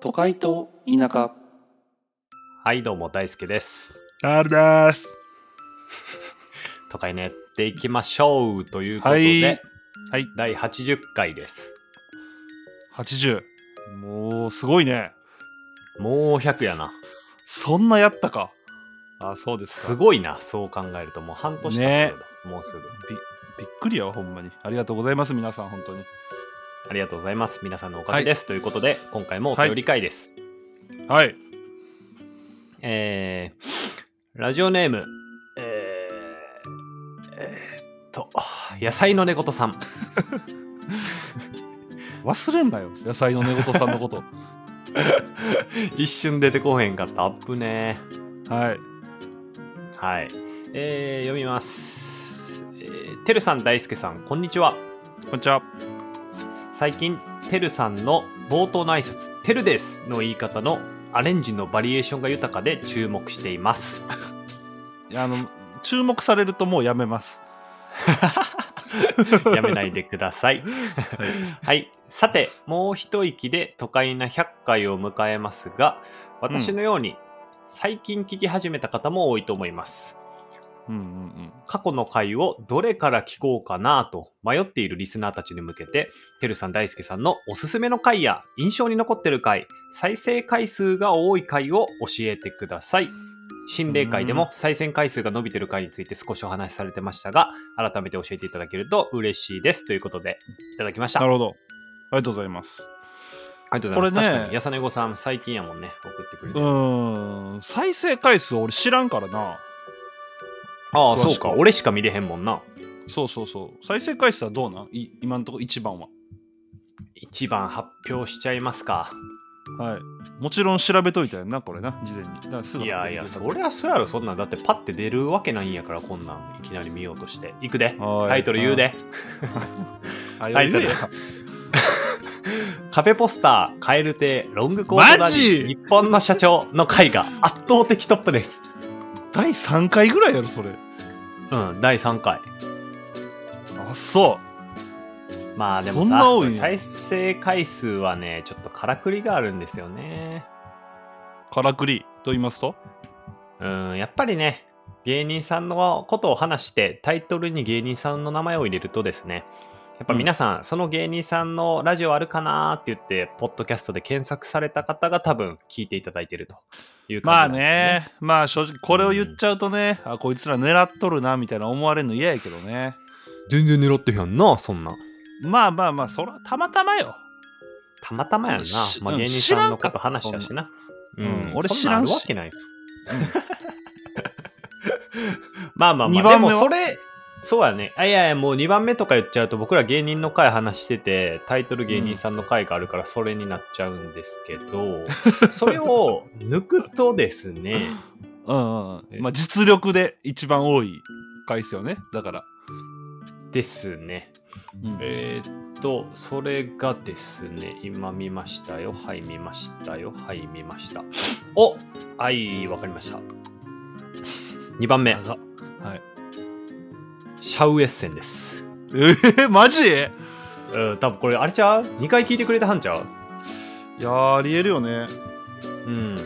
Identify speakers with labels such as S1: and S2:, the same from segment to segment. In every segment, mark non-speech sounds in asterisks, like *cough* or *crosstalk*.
S1: 都会と田舎
S2: はい、どうも、大輔です。
S3: チャールダース。
S2: 都会ね、やっていきましょうということで、
S3: はいはい、
S2: 第80回です。
S3: 80。もう、すごいね。
S2: もう100やな。
S3: そんなやったか。あ、そうですか。
S2: す
S3: い。
S2: ごいな、そう考えると、もう半年経ったようだもうすぐ。
S3: びっくりやわ、ほんまに。ありがとうございます、皆さん、本当に。
S2: ありがとうございます。皆さんのおかげです。ということで、今回もお便り会です。
S3: はい。
S2: えー、ラジオネーム、えー、えーっと、野菜の寝言さん。
S3: 忘れんなよ、野菜の寝言さんの
S2: *laughs*
S3: こと。
S2: *laughs* 一瞬出てこへんかった。アップね
S3: はい。
S2: はい。えー、読みます。えー、てるさん、大輔さん、こんにちは。
S3: こんにちは。
S2: 最近、てるさんの冒頭の挨拶、てるですの言い方のアレンジのバリエーションが豊かで注目してい *laughs* ます。
S3: いやあの、注目されるともうやめます。
S2: やめないでください。はい。さて、もう一息で都会な100回を迎えますが、私のように最近聞き始めた方も多いと思いま
S3: うん
S2: す。
S3: うん
S2: 過去の回をどれから聞こうかなと迷っているリスナーたちに向けて、てるさん大輔さんのおすすめの回や印象に残ってる回、再生回数が多い回を教えてください。心霊会でも再生回数が伸びてる回について少しお話しされてましたが、改めて教えていただけると嬉しいです。ということで、いただきまし
S3: う
S2: た。
S3: ん。な
S2: あ
S3: る
S2: り
S3: ほど。ありがとうございます。
S2: がとうございま
S3: これね
S2: す。確かに、やさねごさん、最近やもんね、送ってくれ
S3: う
S2: て。
S3: ーん。再生回数俺知らんからな。
S2: ああ、
S3: 詳しく
S2: そうか。俺しか見れへんもんな。
S3: そうそうそう。再生回数はどうなんい今んとこ一番は。
S2: 一番発表しちゃいますか。
S3: はい。もちろん調べといたよな、これな、事前に。だからすぐ
S2: いやいや、
S3: 確
S2: そ
S3: 認でき
S2: り
S3: るは
S2: ゃそうやろ、そんなん。だってパッて出るわけないんやから、こんなんいきなり見ようとして。いくで。
S3: はーい
S2: タイトル言うで。
S3: ずあ
S2: タ
S3: いやい
S2: イトル
S3: やいや
S2: 壁ポスター、カエル亭、ロングコートダ
S3: マ
S2: デ
S3: ジ
S2: ィ、日本の社長の回が圧倒的トップです。
S3: 第3回ぐらいやろ、それ。
S2: うん、第3回。
S3: あ、そ
S2: まあでも
S3: そんな
S2: さ
S3: 多い、の
S2: 再生回数はね、ちょっとからくりがあるんですよね。
S3: う。からくりと言いますと
S2: うん、やっぱりね、芸人さんのことを話して、タイトルに芸人さんの名前を入れるとですね、やっぱ皆さん、その芸人さんのラジオあるかなーって言って、ポッドキャストで検索された方が多分聞いていただいてるという
S3: まあ
S2: 感じなんですね。
S3: ね、まあ正直、これを言っちゃうとね、あ、こいつら狙っとるな、みたいな思われるの嫌やけどね。
S2: 全然狙ってへんな、そんな。
S3: まあまあまあ、そら、たまたまよ。
S2: たまたまやんな
S3: そう。し
S2: まあ
S3: うん
S2: 芸人さんのこと話したしな。
S3: 知らんかうん俺
S2: そなあるわけない。 *laughs* まあまあま
S3: 二
S2: あ、で
S3: 番目
S2: も
S3: は
S2: それ、そうやね。あいやいや、もう2番目とか言っちゃうと、僕ら芸人の回話してて、タイトル芸人さんの回があるから、それになっちゃうんですけど、それを抜くとで
S3: *laughs*
S2: すね、
S3: うんうんうん。まあ実力で一番多い回数よね、だから。
S2: ですね。
S3: うん
S2: えーっと、それがですね、今見ましたよ。はい、見ましたよ。はい、見ました。おはい、わかりました。2番目
S3: あ、ざはい。
S2: シャウエッセンです。
S3: えー、マジい
S2: うん、多分これ、あれちゃう ?2 回聞いてくれたはんちゃう
S3: やー、ありえるよね。
S2: うん。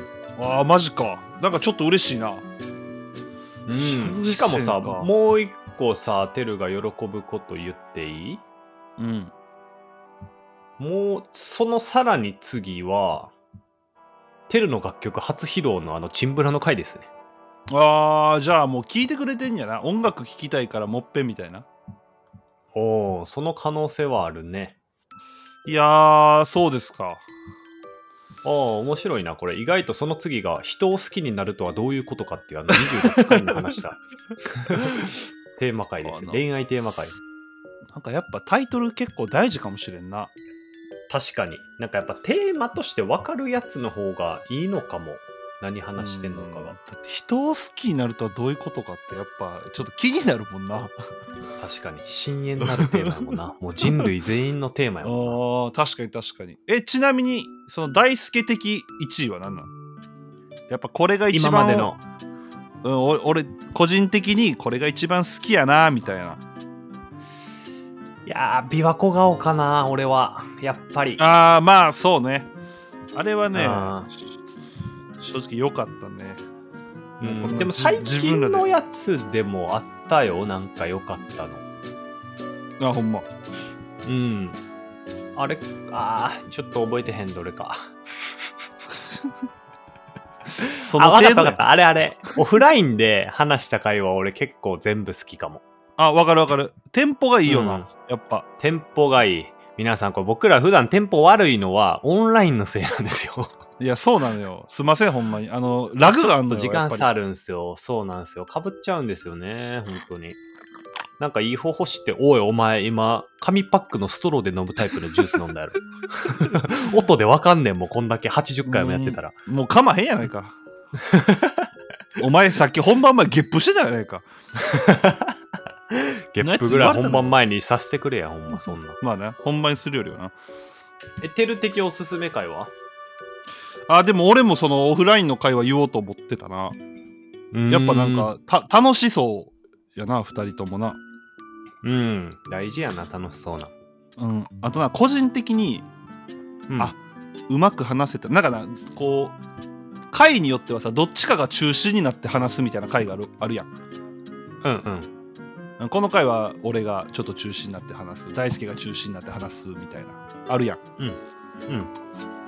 S3: あー、マジか。なんかちょっと嬉しいな。シャウエッセンか
S2: しかもさ、もう一個さ、テルが喜ぶこと言っていい
S3: うん。
S2: もう、そのさらに次は、テルの楽曲初披露のあの、チンブラの回ですね。
S3: ああじゃあもう聞いてくれてんやな音楽聴きたいからもっぺんみたいな
S2: おおその可能性はあるね。
S3: いやーそうですか
S2: ああ、面白いな、これ。意外とその次が、人を好きになるとはどういうことかっていう、あの、28回に話
S3: *laughs*
S2: した。テーマ回です。
S3: あな
S2: 恋愛テーマ回。
S3: なんかやっぱタイトル結構大事かもしれんな
S2: 確かに。なんかやっぱテーマとして分かるやつの方がいいのかも。何話してんのか
S3: うんだ
S2: が
S3: っ。て人を好きになるとはどういうことかってやっぱちょっと気になるもん
S2: *laughs*
S3: な
S2: 確かに。深淵なるテーマやも
S3: *laughs*
S2: んな。もう人類全員のテーマ
S3: あ
S2: やもんな。
S3: ー確かに確かにえちなみにその大輔的1位は何なんやっぱこれが一
S2: 今
S3: 番
S2: までの。
S3: うん、お俺個人的にこれが一番好きやなみたいない
S2: やー、琵琶湖顔かな、俺は。やっぱり。
S3: あーまあそうねあれはね
S2: あ、
S3: 正直良かったね。
S2: うん
S3: この
S2: でも
S3: じ
S2: 最
S3: 自分
S2: 近
S3: らで
S2: のやつでもあったよなんか良かったの
S3: あ、ほんま。
S2: うんあれあーちょっと覚えてへんどれか
S3: そ
S2: あ
S3: の
S2: わかっ
S3: 程
S2: た
S3: 度
S2: わかっ
S3: や。
S2: たあれあれオフラインで話した会話俺結構全部好きかも
S3: あ、わかるわかる。テンポがいいよな、
S2: うん
S3: やっぱ。
S2: テンポがいい皆さんこれ僕ら普段テンポ悪いのはオンラインのせいなんですよ
S3: いや、そうなのよ。すいません、ほんまに。あの、ラグがあんのよ。
S2: 時間
S3: や
S2: 差
S3: っぱ
S2: あるんですよ。そうなんですよ。かぶっちゃうんですよね。本当に。なんかいい方法知って、おいお前今、紙パックのストローで飲むタイプのジュース飲んだやろ。 *laughs* 音でわかんねんもん、こんだけ80回もやってたら。
S3: りもうかまへんやないか。
S2: *laughs*
S3: お前さっき本番前ゲップしてたやないか。
S2: ゲップぐらい
S3: なんやつ言われたの
S2: 本番前にさせてくれや、ほんま、そんな。
S3: まあね、ほんまにするよりはな。
S2: え、テル的おすすめ会は
S3: あ、でも俺もそのオフラインの会話言おうと思ってたな。やっぱなん。か、た楽しそうやな、二人ともな。
S2: うーんうん、大事やな、楽しそうな。
S3: うん。あとな、個人的に
S2: うん、
S3: あうまく話せた。なんかな、こう、会によってはさ、どっちかが中心になって話すみたいな会があるあるやん。
S2: うんうん。
S3: この回は俺がちょっと中心になって話す大輔が中心になって話すみたいなあるやん
S2: うん。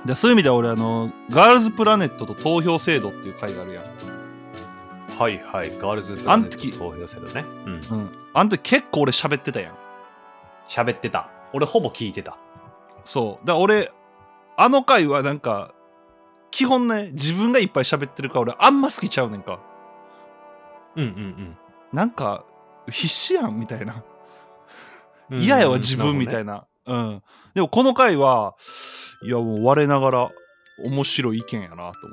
S3: でそういう意味では俺あのガールズプラネットと投票制度っていう回があるやん、
S2: はいはい、ガールズプ
S3: あ
S2: ラネ
S3: ん
S2: ッ
S3: 時
S2: ト投票制度ね。うん。
S3: うん、あの時結構俺喋ってたやん
S2: 喋ってた。俺ほぼ聞いてた。
S3: そうだから俺あの回はなんか基本ね自分がいっぱい喋ってるから俺あんま好きちゃうねんか
S2: うんうん
S3: なんか必死やんみたいな
S2: うん。
S3: 嫌やわ自分み
S2: い
S3: たいな、うんでもこの回はいやもう我ながら面白い意見やなと思って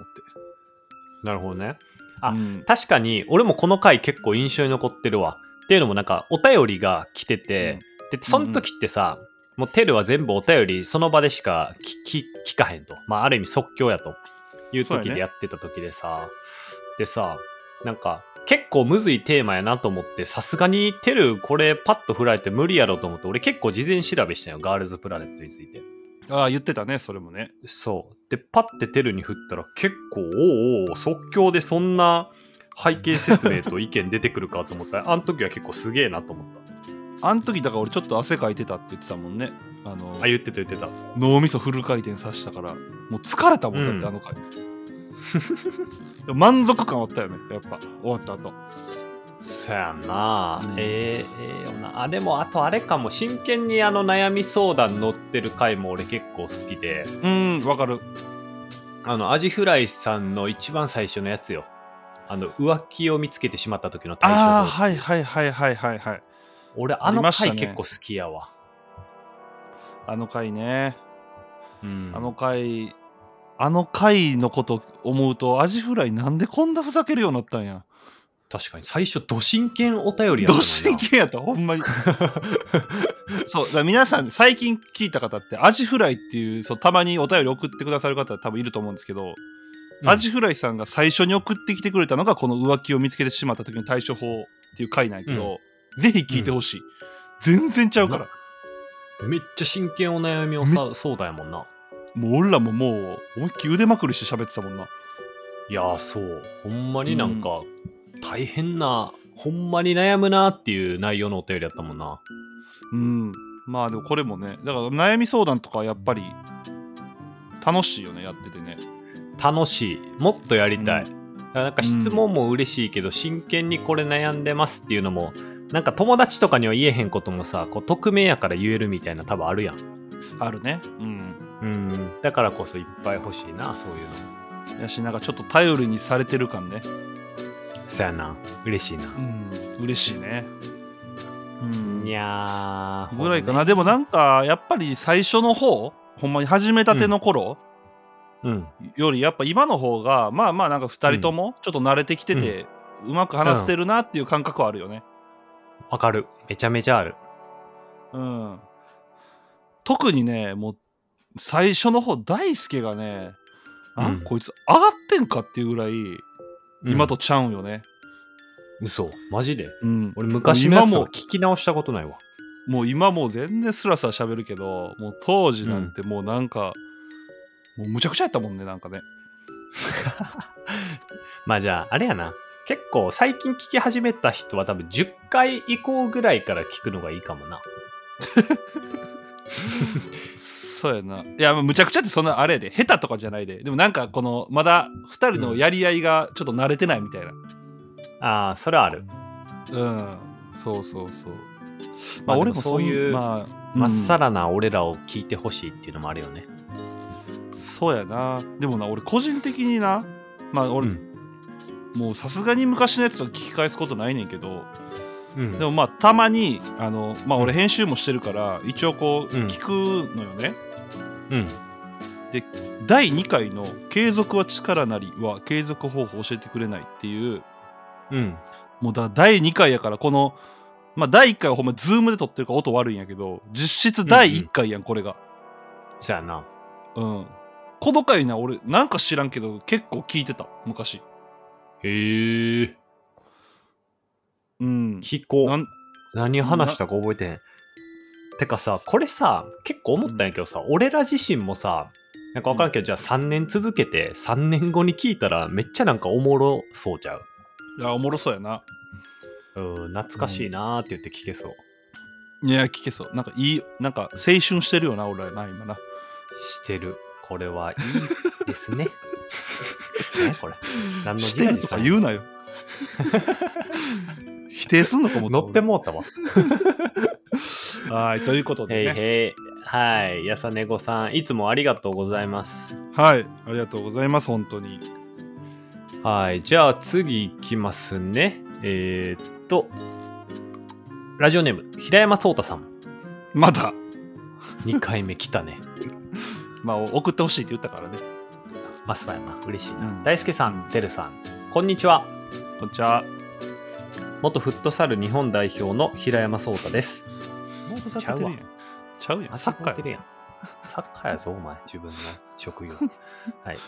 S2: なるほどね。あ
S3: うん
S2: 確かに、俺もこの回結構印象に残ってるわ。っていうのもなんか、お便りが来てて、で、その時ってさ、もうテルは全部お便りその場でしか聞き聞かへんと。まあ、ある意味即興やという
S3: そうや
S2: 時
S3: ね
S2: でやってた時でさ、でさ、なんか、結構むずいテーマやなと思って、さすがにテルこれパッと振られて無理やろと思って、俺結構事前調べしたよ、ガールズプラネットについて。
S3: ああ言ってたねそれもね
S2: そう。で、パッてテルに振ったら結構、おうおう即興でそんな背景説明と意見出てくるかと思ったら、あの時は結構すげえなと思っ
S3: あの時だから俺ちょっと汗かいてたって言ってたもんねあの
S2: た。あ、言ってた言ってた。
S3: 脳みそフル回転させたからもう疲れたもんだって、
S2: うん
S3: あの回 *laughs* でも満足感あったよねやっぱ終わった後
S2: そやんな、
S3: うん
S2: ええええよな。あ、でもあとあれかも、真剣にあの悩み相談乗ってる回も俺結構好きで、
S3: うんわかる
S2: あの、アジフライさんの一番最初のやつよ。あの、浮気を見つけてしまった時の対処
S3: ああー
S2: 法。
S3: はいはいはいはいはいはい
S2: 俺、あ
S3: あり
S2: の
S3: ました
S2: 回
S3: ね
S2: 結構好きやわ。
S3: あの回ね、
S2: うん。
S3: あの回あの回のこと思うとアジフライなんでこんなふざけるようになったんや
S2: 確かに最初、ど真剣お便りやったのにな
S3: ど真剣やったほんまに *laughs* そうだから皆さん最近聞いた方ってアジフライっていうそうたまにお便り送ってくださる方多分いると思うんですけど、
S2: うん
S3: アジフライさんが最初に送ってきてくれたのがこの浮気を見つけてしまった時の対処法っていう回なんやけど、ぜひ聞いてほしい、全然ちゃうから、
S2: めっちゃ真剣お悩みをさそうだやもんな
S3: もう俺らももう思いっきり腕まくりして喋ってたもんない
S2: やーそうほんまになんか大変な、ほんまに悩むなっていう内容のお便りだったもんな
S3: うんまあでもこれもねだから悩み相談とかはやっぱり楽しいよねやっててね
S2: 楽しいもっとやりたい、
S3: う
S2: だからなんか質問も嬉しいけど、真剣にこれ悩んでますっていうのもなんか友達とかには言えへんこともさこう匿名やから言えるみたいな多分あるやん
S3: あるねうん
S2: うんだからこそいっぱい欲しいなそういう
S3: やしなんかちょっと頼りにされてる感ね
S2: のそやな嬉しいな、
S3: うん嬉しいねうん
S2: いやー
S3: ぐらいかな、
S2: ほんとね
S3: でもなんかやっぱり最初の方ほんまに始めたての頃
S2: うん
S3: よりやっぱ今の方がまあまあなんか2人ともちょっと慣れてきてて、うまく話せてるなっていう感覚はあるよね
S2: わかるめちゃめちゃある
S3: うん、特にねもう最初の方大輔がねあ、
S2: うん
S3: こいつ上がってんかっていうぐらい今
S2: と
S3: とちゃうんよね、
S2: 嘘マジで
S3: うん
S2: 俺昔のやつ
S3: 今
S2: と
S3: も
S2: か聞き直したことないわ
S3: もう今もう全然スラスラ喋るけどもう当時なんてもうなんか、もうむちゃくちゃやったもんね、なんかね。
S2: まあじゃあ、あれやな。結構最近聞き始めた人は多分10回以降ぐらいから聞くのがいいかもな。
S3: そうやな。いや、むちゃくちゃってそんなあれやで、下手とかじゃないで。でもなんかこの、まだ2人のやり合いがちょっと慣れてないみたいな。
S2: ああ、それはある。
S3: うん、そうそうそう。
S2: まあでもそういう
S3: まあ
S2: まっさらな俺らを聞いてほしいっていうのもあるよね。
S3: うんそうやな。でもな、俺個人的にな、まあ俺、
S2: う
S3: もうさすがに昔のやつと聞き返すことないねんけど、
S2: うん。
S3: でもまあたまに、あの、まあ俺編集もしてるから、一応こう、
S2: うん
S3: 聞くのよね。
S2: うん。
S3: 第2回の「継続は力なり」は継続方法を教えてくれないっていう
S2: うん。
S3: もうだ第2回やからこの、まあ、第1回はほんまズームで撮ってるから音悪いんやけど実質第1回やんこれが、
S2: そやな。
S3: うんこの回な俺なんか知らんけど結構聞いてた昔
S2: へえ。
S3: うん
S2: 聞こう
S3: なん
S2: 何話したか覚えてへん。てかさ、これさ、結構思ったんやけどさ、俺ら自身もさ、なんかわからんけど、じゃあ3年続けて、3年後に聞いたらめっちゃなんかおもろそうちゃう。
S3: いやおもろそうやな
S2: うん、懐かしいなーって言って聞けそう。
S3: いや聞けそうなんかいいなんか青春してるよな俺らな今な
S2: してる。これはいいです
S3: *laughs*
S2: ね。何これ。何の
S3: し
S2: 時
S3: て
S2: 代
S3: る
S2: に
S3: と
S2: さ
S3: か言う
S2: *laughs*
S3: なよ否定すんのかも
S2: 乗ってもうたわ。
S3: はいということ
S2: へ
S3: で
S2: い
S3: ね
S2: へい。はい。やさねごさん、いつもありがとうございます。
S3: はい、ありがとうございます、本当に。
S2: はい。じゃあ次いきますね。えーっと、ラジオネーム、平山聡太さん。
S3: まだ、
S2: 2回目来たね。 *laughs*
S3: まあ、送ってほしいって言ったからね。
S2: マスパやな。嬉しいな。
S3: うん
S2: 大輔さん、てるさん、こんにちは。
S3: こんにちは。
S2: 元フットサル日本代表の平山聡太です。
S3: もうふざけてるやん。ちゃうやん、サッカ
S2: やって
S3: ー
S2: る
S3: や
S2: やん。 *laughs* サッカーやぞ、お前。自分の職業。 *laughs* はい。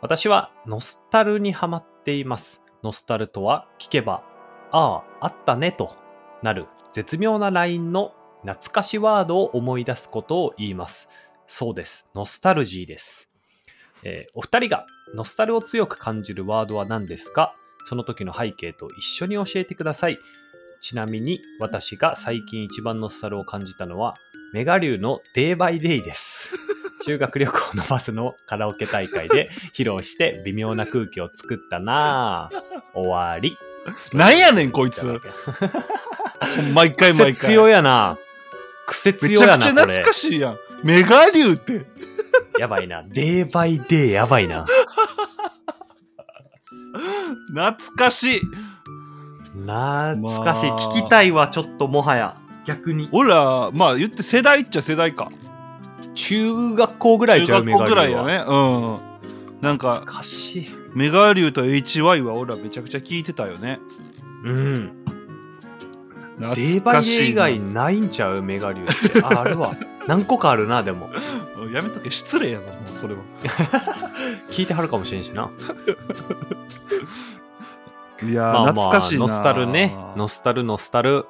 S2: 私はノスタルにハマっています。ノスタルとは聞けば、ああ、あったねとなる絶妙なラインの懐かしワードを思い出すことを言います。そうです。ノスタルジーです。えーお二人がノスタルを強く感じるワードは何ですかその時の背景と一緒に教えてください。ちなみに私が最近一番ノスタルを感じたのはメガ流のデイバイデ
S3: *laughs*
S2: イです。修学旅行のバスのカラオケ大会で披露して微妙な空気を作ったなぁ。終わり。
S3: なんやねんこいつん。毎回毎回。
S2: 癖強やな。癖
S3: め
S2: 強
S3: ち
S2: や
S3: ゃく
S2: な、
S3: ちゃ
S2: こ
S3: 懐
S2: れ
S3: か。しいやん。メガ流って。
S2: やばいな。デイバイデイやばいな。
S3: 懐かしい。
S2: 懐かしい。
S3: まあ
S2: 聞きたいわ、ちょっともはや。逆に。
S3: 俺ら、まあ言って世代っちゃ世代か。
S2: 中学校ぐらい
S3: 中
S2: じゃう
S3: 学校ぐらい
S2: メガ
S3: や
S2: 流は
S3: ね。うん。なんか、
S2: 懐かしい。
S3: メガ流と HY は俺らめちゃくちゃ聞いてたよね。
S2: うん。デイ
S3: 懐
S2: バ
S3: か
S2: イデイ
S3: し
S2: 以
S3: いな。
S2: 外ないんちゃうメガ流って。あ、ある
S3: *laughs*
S2: わ。何個かあるな、でも。
S3: うんやめとけ、失礼やぞ、もうそれは。
S2: 聞いてはるかもしれんしな。
S3: いやー、
S2: まあま
S3: 懐
S2: あ、
S3: かしいな。
S2: ノスタルね。ノスタル、ノスタル。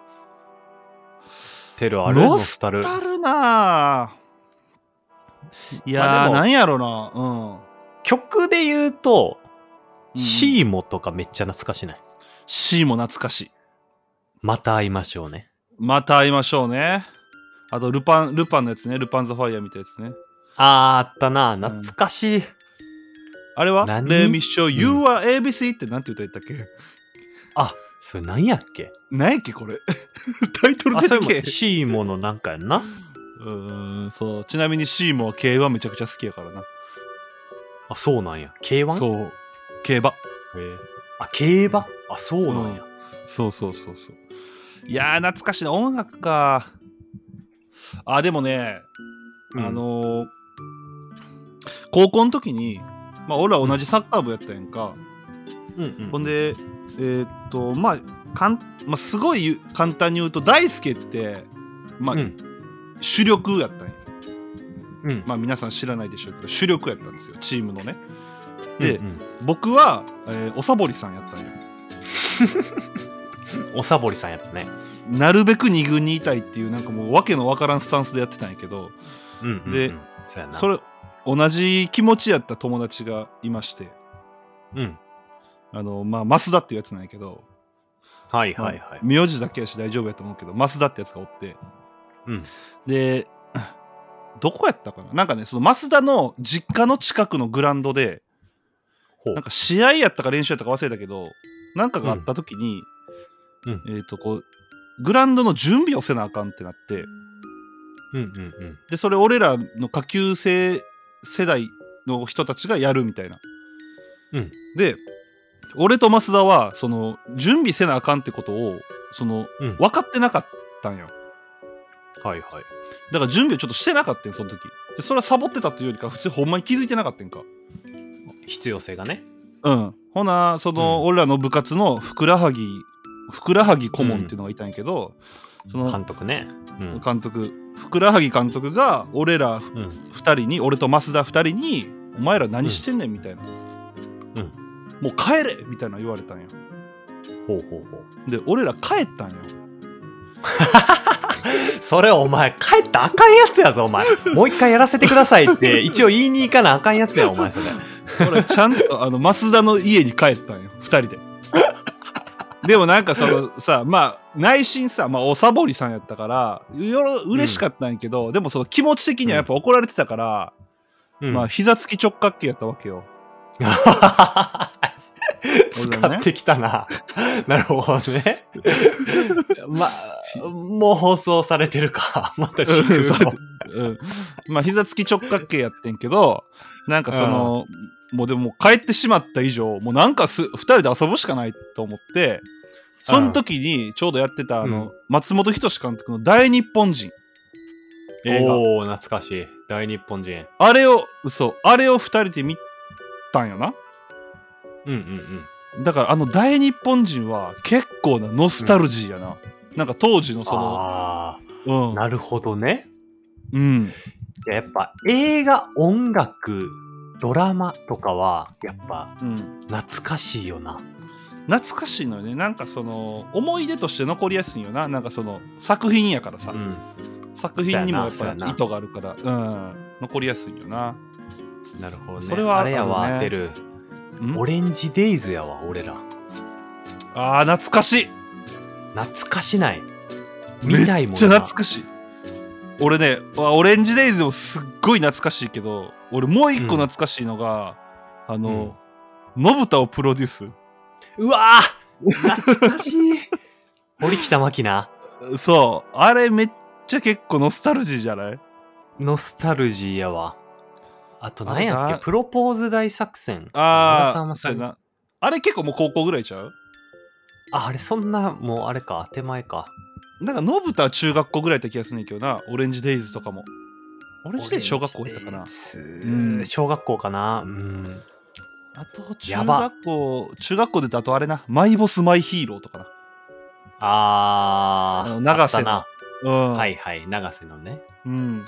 S2: テルあるノ
S3: ノ
S2: ス
S3: ス
S2: タル。
S3: あるなぁいやー、
S2: まあでも
S3: なんやろな
S2: 曲で言うと、
S3: うん
S2: シーモとかめっちゃ懐かしない。
S3: C も懐かしい
S2: また会いましょうね。
S3: また会いましょうねあとルパンルパンのやつねルパン・ザ・ファイヤーみたいなやつね
S2: あーあったな。懐かしい。
S3: あれは「
S2: 何
S3: レミショー、You
S2: う
S3: are ABC」ってなんて歌やったっけ
S2: あ、それ何やっけ
S3: 何やっけこれ *laughs* タイトル
S2: あ、
S3: 出
S2: そ
S3: て
S2: れも
S3: け
S2: シーモのなんかやんな。
S3: うーんそうちなみに C も競馬めちゃくちゃ好きやからな
S2: あ、そうなんや。K1? う。
S3: そう競馬
S2: あ、競馬あ、そうなんや。
S3: そうそうそうそういやー懐かしいな音楽かあでもねあ
S2: うん、
S3: のー高校の時に、まあ、俺ら同じサッカー部やったやんか、
S2: うんうん、
S3: ほん、でえーっとまあかん、まあ、すごい言う簡単に言うと大輔って、まあ
S2: うん。
S3: 主力やったんや、
S2: うん。
S3: まあ、皆さん知らないでしょうけど主力やったんですよチームのねで
S2: うん
S3: 僕は、えーおさぼりさんやったんよ
S2: うんおさぼりさんやったね。
S3: なるべく二軍にいたいっていうなんかもう訳のわからんスタンスでやってたんやけど
S2: うんうんうん
S3: で
S2: そうやな。
S3: それ同じ気持ちやった友達がいまして
S2: うん。
S3: あのまあ増田っていうやつなんやけど、
S2: はいはいはい。
S3: まあ名字だけやし大丈夫やと思うけど増田ってやつがおって、
S2: うん
S3: でどこやったかななんかねその増田の実家の近くのグラウンドで
S2: ほう
S3: なん。か試合やったか練習やったか忘れたけどなんかがあった時に、
S2: うん
S3: えっ、とこうグラウンドの準備をせなあかんってなって
S2: うんうん
S3: でそれ俺らの下級生世代の人たちがやるみたいな。
S2: うん
S3: で俺と増田はその準備せなあかんってことをその、
S2: うん
S3: 分かってなかったんよ
S2: うん。はいはい。
S3: だから準備をちょっとしてなかったんその時でそれはサボってたっていうよりか普通にほんまに気づいてなかったんか
S2: 必要性がね。
S3: うんほなその、
S2: うん
S3: 俺らの部活のふくらはぎふくらはぎ顧問っていうのがいたんやけど、その
S2: 監督ね。うん。
S3: 監督ふくらはぎ監督が俺ら
S2: うん。
S3: 2人に俺と増田2人に「お前ら何してんねん」みたいな「
S2: うん
S3: もう帰れ!」みたいな言われたんよ
S2: ほうほうほう。
S3: で俺ら帰ったんよ
S2: それお前、帰ったらあかんやつやぞ、お前。もう一回やらせてくださいって、一応言いに行かなあかんやつや、お前、それ。
S3: 俺ちゃん
S2: *laughs*
S3: とあの増田の家に帰ったんよ2人ででもなんかそのさまあ内心さ、まあ、おサボりさんやったからよろ嬉しかったんやけど、でもその気持ち的にはやっぱ怒られてたから、
S2: うん
S3: まあ膝つき直角形やったわ
S2: *laughs*
S3: けよ
S2: 使ってきたな。 *laughs* なるほどね。 *laughs* まあ、もう放送されてるか。 *laughs* また時空の
S3: うん、まあ膝つき直角形やってんけどなんかその、もうでももう帰ってしまった以上もうなんかす2人で遊ぶしかないと思ってその時にちょうどやってたあの、
S2: うん
S3: 松本人志監督の「大日本人」映画
S2: おお懐かしい。大日本人。
S3: あれを嘘あれを2人で見たんよな
S2: うんうん
S3: だからあの「大日本人」は結構なノスタルジーやな、なんか当時の
S2: うん。
S3: その
S2: あ
S3: う
S2: あ、
S3: ん
S2: なるほどね。
S3: うん
S2: いややっぱ映画、音楽、ドラマとかは、やっぱ
S3: うん
S2: 懐かしいよな。
S3: 懐かしいのよねなんかその思い出として残りやすいよななんかその作品やからさ、
S2: うん。
S3: 作品にもやっ
S2: そ
S3: ぱ
S2: うやな
S3: り意図があるから、うん、残りやすいよな。
S2: なるほどね。
S3: それは
S2: あ
S3: あ
S2: れ
S3: るね
S2: やわ、出る。
S3: ん
S2: オレンジデイズやわ、俺ら。
S3: ああ、懐かしい
S2: 懐かしない。
S3: め
S2: 見
S3: っち
S2: た
S3: ゃ
S2: いもんな。
S3: 懐かしい。俺ね、わオレンジデイズもすっごい懐かしいけど、俺もう一個懐かしいのが、あの、のぶたをプロデュース。
S2: うわー懐 *laughs* かしい堀北真希な。
S3: そう、あれめっちゃ結構ノスタルジーじゃない
S2: ノスタルジーやわ。あと何や
S3: あ
S2: っ
S3: れ
S2: け
S3: だ
S2: プロポーズ大作戦。長
S3: あ
S2: 澤ま
S3: あ、
S2: さ
S3: そう
S2: み
S3: やな。あれ結構もう高校ぐらいちゃう
S2: ああれそんな、もうあれか、手前か。
S3: なんか、のぶたは中学校ぐらいやった気がするんだけどな、オレンジデイズとかも。オレンジデイズ小学校やったかな
S2: オレン。ジ
S3: うん
S2: 小学校かな。うん。
S3: あと
S2: や
S3: 中
S2: ば
S3: 学校中学校でだとあれなマイボスマイヒーローとかな
S2: あ
S3: あ
S2: ー。
S3: の長瀬
S2: あ
S3: の
S2: った
S3: うん、
S2: な。はいはい、長瀬のね。
S3: うん、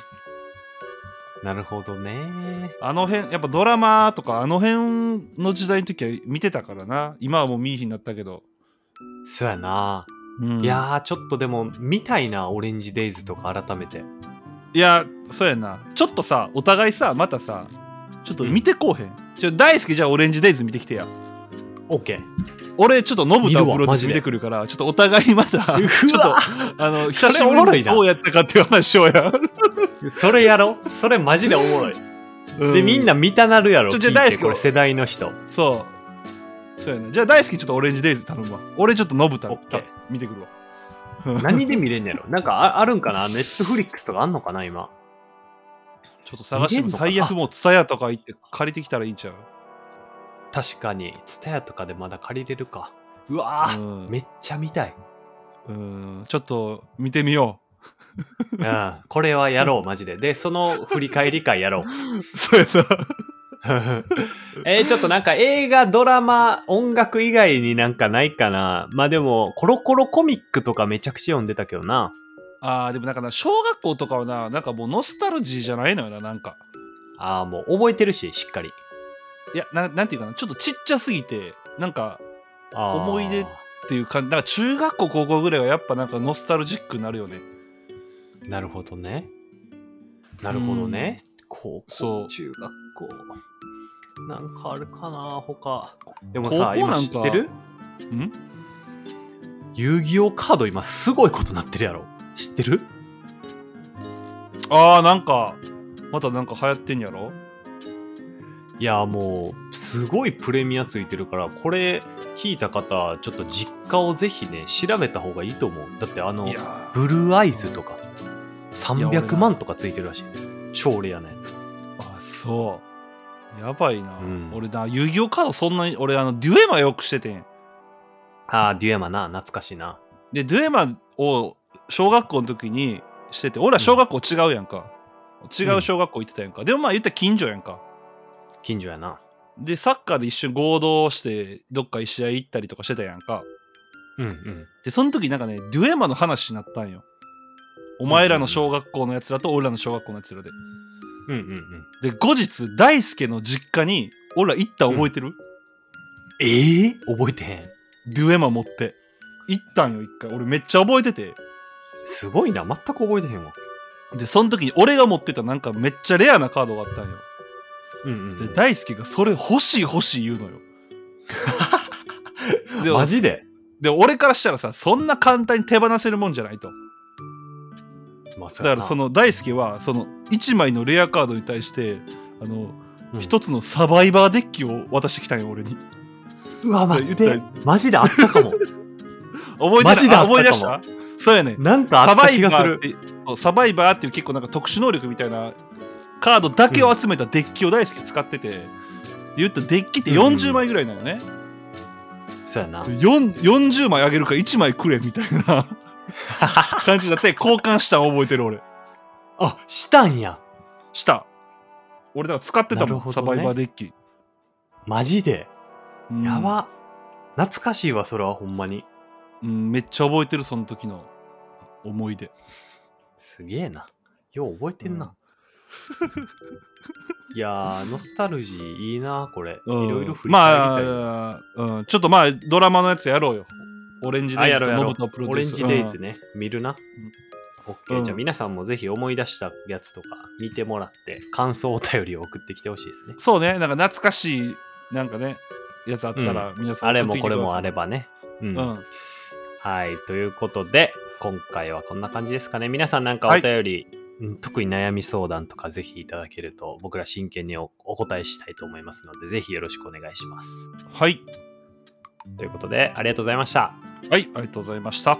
S2: なるほどね。
S3: あの辺やっぱドラマとかあの辺の時代の時は見てたからな今はもう見いひんなったけど、
S2: そうやな。
S3: うん
S2: いやー、ちょっとでも、見たいな、オレンジデイズとか改めて。
S3: いやそうやなちょっとさお互いさまたさちょっと見てこうへん、ちょ大好きじゃあオレンジデイズ見てきてや
S2: OK。
S3: 俺ちょっとノブタをプロデュース
S2: 見るわマジで
S3: 見てくるからちょっとお互いまた
S2: う
S3: ちょ
S2: わ
S3: っとあの
S2: そ
S3: 久
S2: れ
S3: し
S2: おも
S3: ぶ
S2: ろ
S3: り
S2: い
S3: に
S2: な
S3: どうやったかっていう話をや、
S2: それやろそれマジでおもろい。
S3: う
S2: で、みんな見たなるやろ
S3: ちょ
S2: 聞いて
S3: じゃあ大好き
S2: これ世代の人。
S3: そう。そうやな。じゃあ大好きちょっとオレンジデイズ頼むわ。俺ちょっとノブタ
S2: オッケー
S3: 見てくるわ。
S2: 何で見れんやろ *laughs* なんかああるんかなネットフリックスとかあんのかな今。
S3: ちょっと探しても
S2: 見れんのか
S3: 最悪もうツタヤとか行って借りてきたらいいんちゃう
S2: 確かに、ツタヤとかでまだ借りれるか。うわ
S3: う
S2: ぁ、
S3: ん
S2: めっちゃ見たい。
S3: うん。ちょっと見てみよ
S2: うん、これはやろう、マジで。で、その振り返り
S3: *laughs*
S2: 会やろう。
S3: う。そうや
S2: えーちょっとなんか映画、ドラマ、音楽以外になんかないかな。まあでも、コロコロコミックとかめちゃくちゃ読んでたけどな。
S3: な。あーでもなんかな、小学校とかはな、なんかもうノスタルジーじゃないのよな、なんか。
S2: ああ、もう覚えてるし、しっかり。
S3: いや、ななんていうかな、ちょっとちっちゃすぎて、なんか
S2: あー
S3: 思い出っていう感じ、なんか中学校、高校ぐらいはやっぱなんかノスタルジックになるよね。
S2: なるほどね。なるほどね。高
S3: そ
S2: 校、
S3: う
S2: 中学校。なんかあるかな、他。でも
S3: も
S2: さ
S3: さ、
S2: 今
S3: 今
S2: 知
S3: 知
S2: っ
S3: ってて
S2: る
S3: る
S2: 遊戯王カード今すごいことなってるやろ。知ってる
S3: あーなんかまたなんか流行ってんやろ
S2: いやもうすごいプレミアついてるからこれ聞いた方ちょっと実家をぜひね調べた方がいいと思うだってあの
S3: いや
S2: ブルーアイズとか
S3: いや俺
S2: 300
S3: な
S2: 万とかついてるらしい超レアなやつ
S3: ーあそうやばいな、
S2: うん
S3: 俺な遊戯王カードそんなに俺あのデュエマよくしててん
S2: ああデュエマな懐かしいな
S3: でデュエマを小学校の時にしてて俺は小学校違うやんか、違う小学校行ってたやんかでもまあ言ったら近所やんか
S2: 近所やな
S3: でサッカーで一瞬合同してどっか一試合行ったりとかしてたやんか
S2: うんうん
S3: でその時なんかねデュエマの話になったんよお前らの小学校のやつらと俺らの小学校のやつらで
S2: うんうんうん
S3: で後日大輔の実家に俺ら行ったん覚えてる、
S2: ええ覚えてへん
S3: デュエマ持って行ったんよ一回俺めっちゃ覚えてて
S2: すごいな全く覚えてへんわ
S3: でその時に俺が持ってたなんかめっちゃレアなカードがあったんよ
S2: うんうん
S3: で大輔がそれ欲しい欲しい言う
S2: *laughs*
S3: のよで
S2: マジで
S3: で俺からしたらさそんな簡単に手放せるもんじゃないと
S2: まあそ
S3: だ
S2: うや
S3: から
S2: な
S3: その大輔はその1枚のレアカードに対してあの
S2: うん
S3: 一、つのサバイバーデッキを渡してきたんよ俺に
S2: うわ待っ
S3: 言
S2: て
S3: っ
S2: マジであっ
S3: *laughs*
S2: たかも
S3: 覚えて
S2: マジで
S3: た
S2: あったかも
S3: 思い出したそうやね
S2: なんかあ
S3: サ
S2: っ
S3: バ
S2: た気
S3: イ
S2: が
S3: バ
S2: す
S3: ーっ
S2: る
S3: てそうサバイバーっていう結構なんか特殊能力みたいなカードだけを集めたデッキを大好き使ってて、で言ったらデッキって40枚ぐらいなのね、
S2: そうやな
S3: よん40枚あげるから1枚くれみたい
S2: *laughs*
S3: な感じだって交換したん覚えてる俺
S2: あしたんや
S3: した俺だから使ってた
S2: なる
S3: もん、
S2: ほどね
S3: サバイバーデッキ、
S2: マジで
S3: うん
S2: やば、懐かしいわそれはほんまに
S3: うんめっちゃ覚えてるその時の思い出
S2: すげえなよう覚えてんな、いやーノスタルジーいいなこれ、
S3: うん
S2: いろいろ振り
S3: ま
S2: 返りたい、
S3: あ、うん、ちょっとまあドラマのやつやろうよオレンジ
S2: あ
S3: デイ
S2: や
S3: ズ
S2: ろう
S3: と
S2: やろ
S3: ノ
S2: う
S3: ブとプロデ
S2: オ
S3: ュ
S2: レ
S3: ー
S2: ン
S3: ス
S2: ジデイズね、見るな、オッケー
S3: うん
S2: じゃあ皆さんもぜひ思い出したやつとか見てもらって感想お便りを送ってきてほしいですね
S3: そうね、なんか懐かしい、なんかね、やつあったら、皆さん、
S2: あれもこれもあれ
S3: ば。
S2: ばねうん、
S3: うん。
S2: はいということで今回はこんな感じですかね皆さんなんかお便り、うん特に悩み相談とかぜひいただけると僕ら真剣におお答えしたいと思いますのでぜひよろしくお願いします
S3: はい、
S2: ということでありがとうございました
S3: はい、ありがとうございました。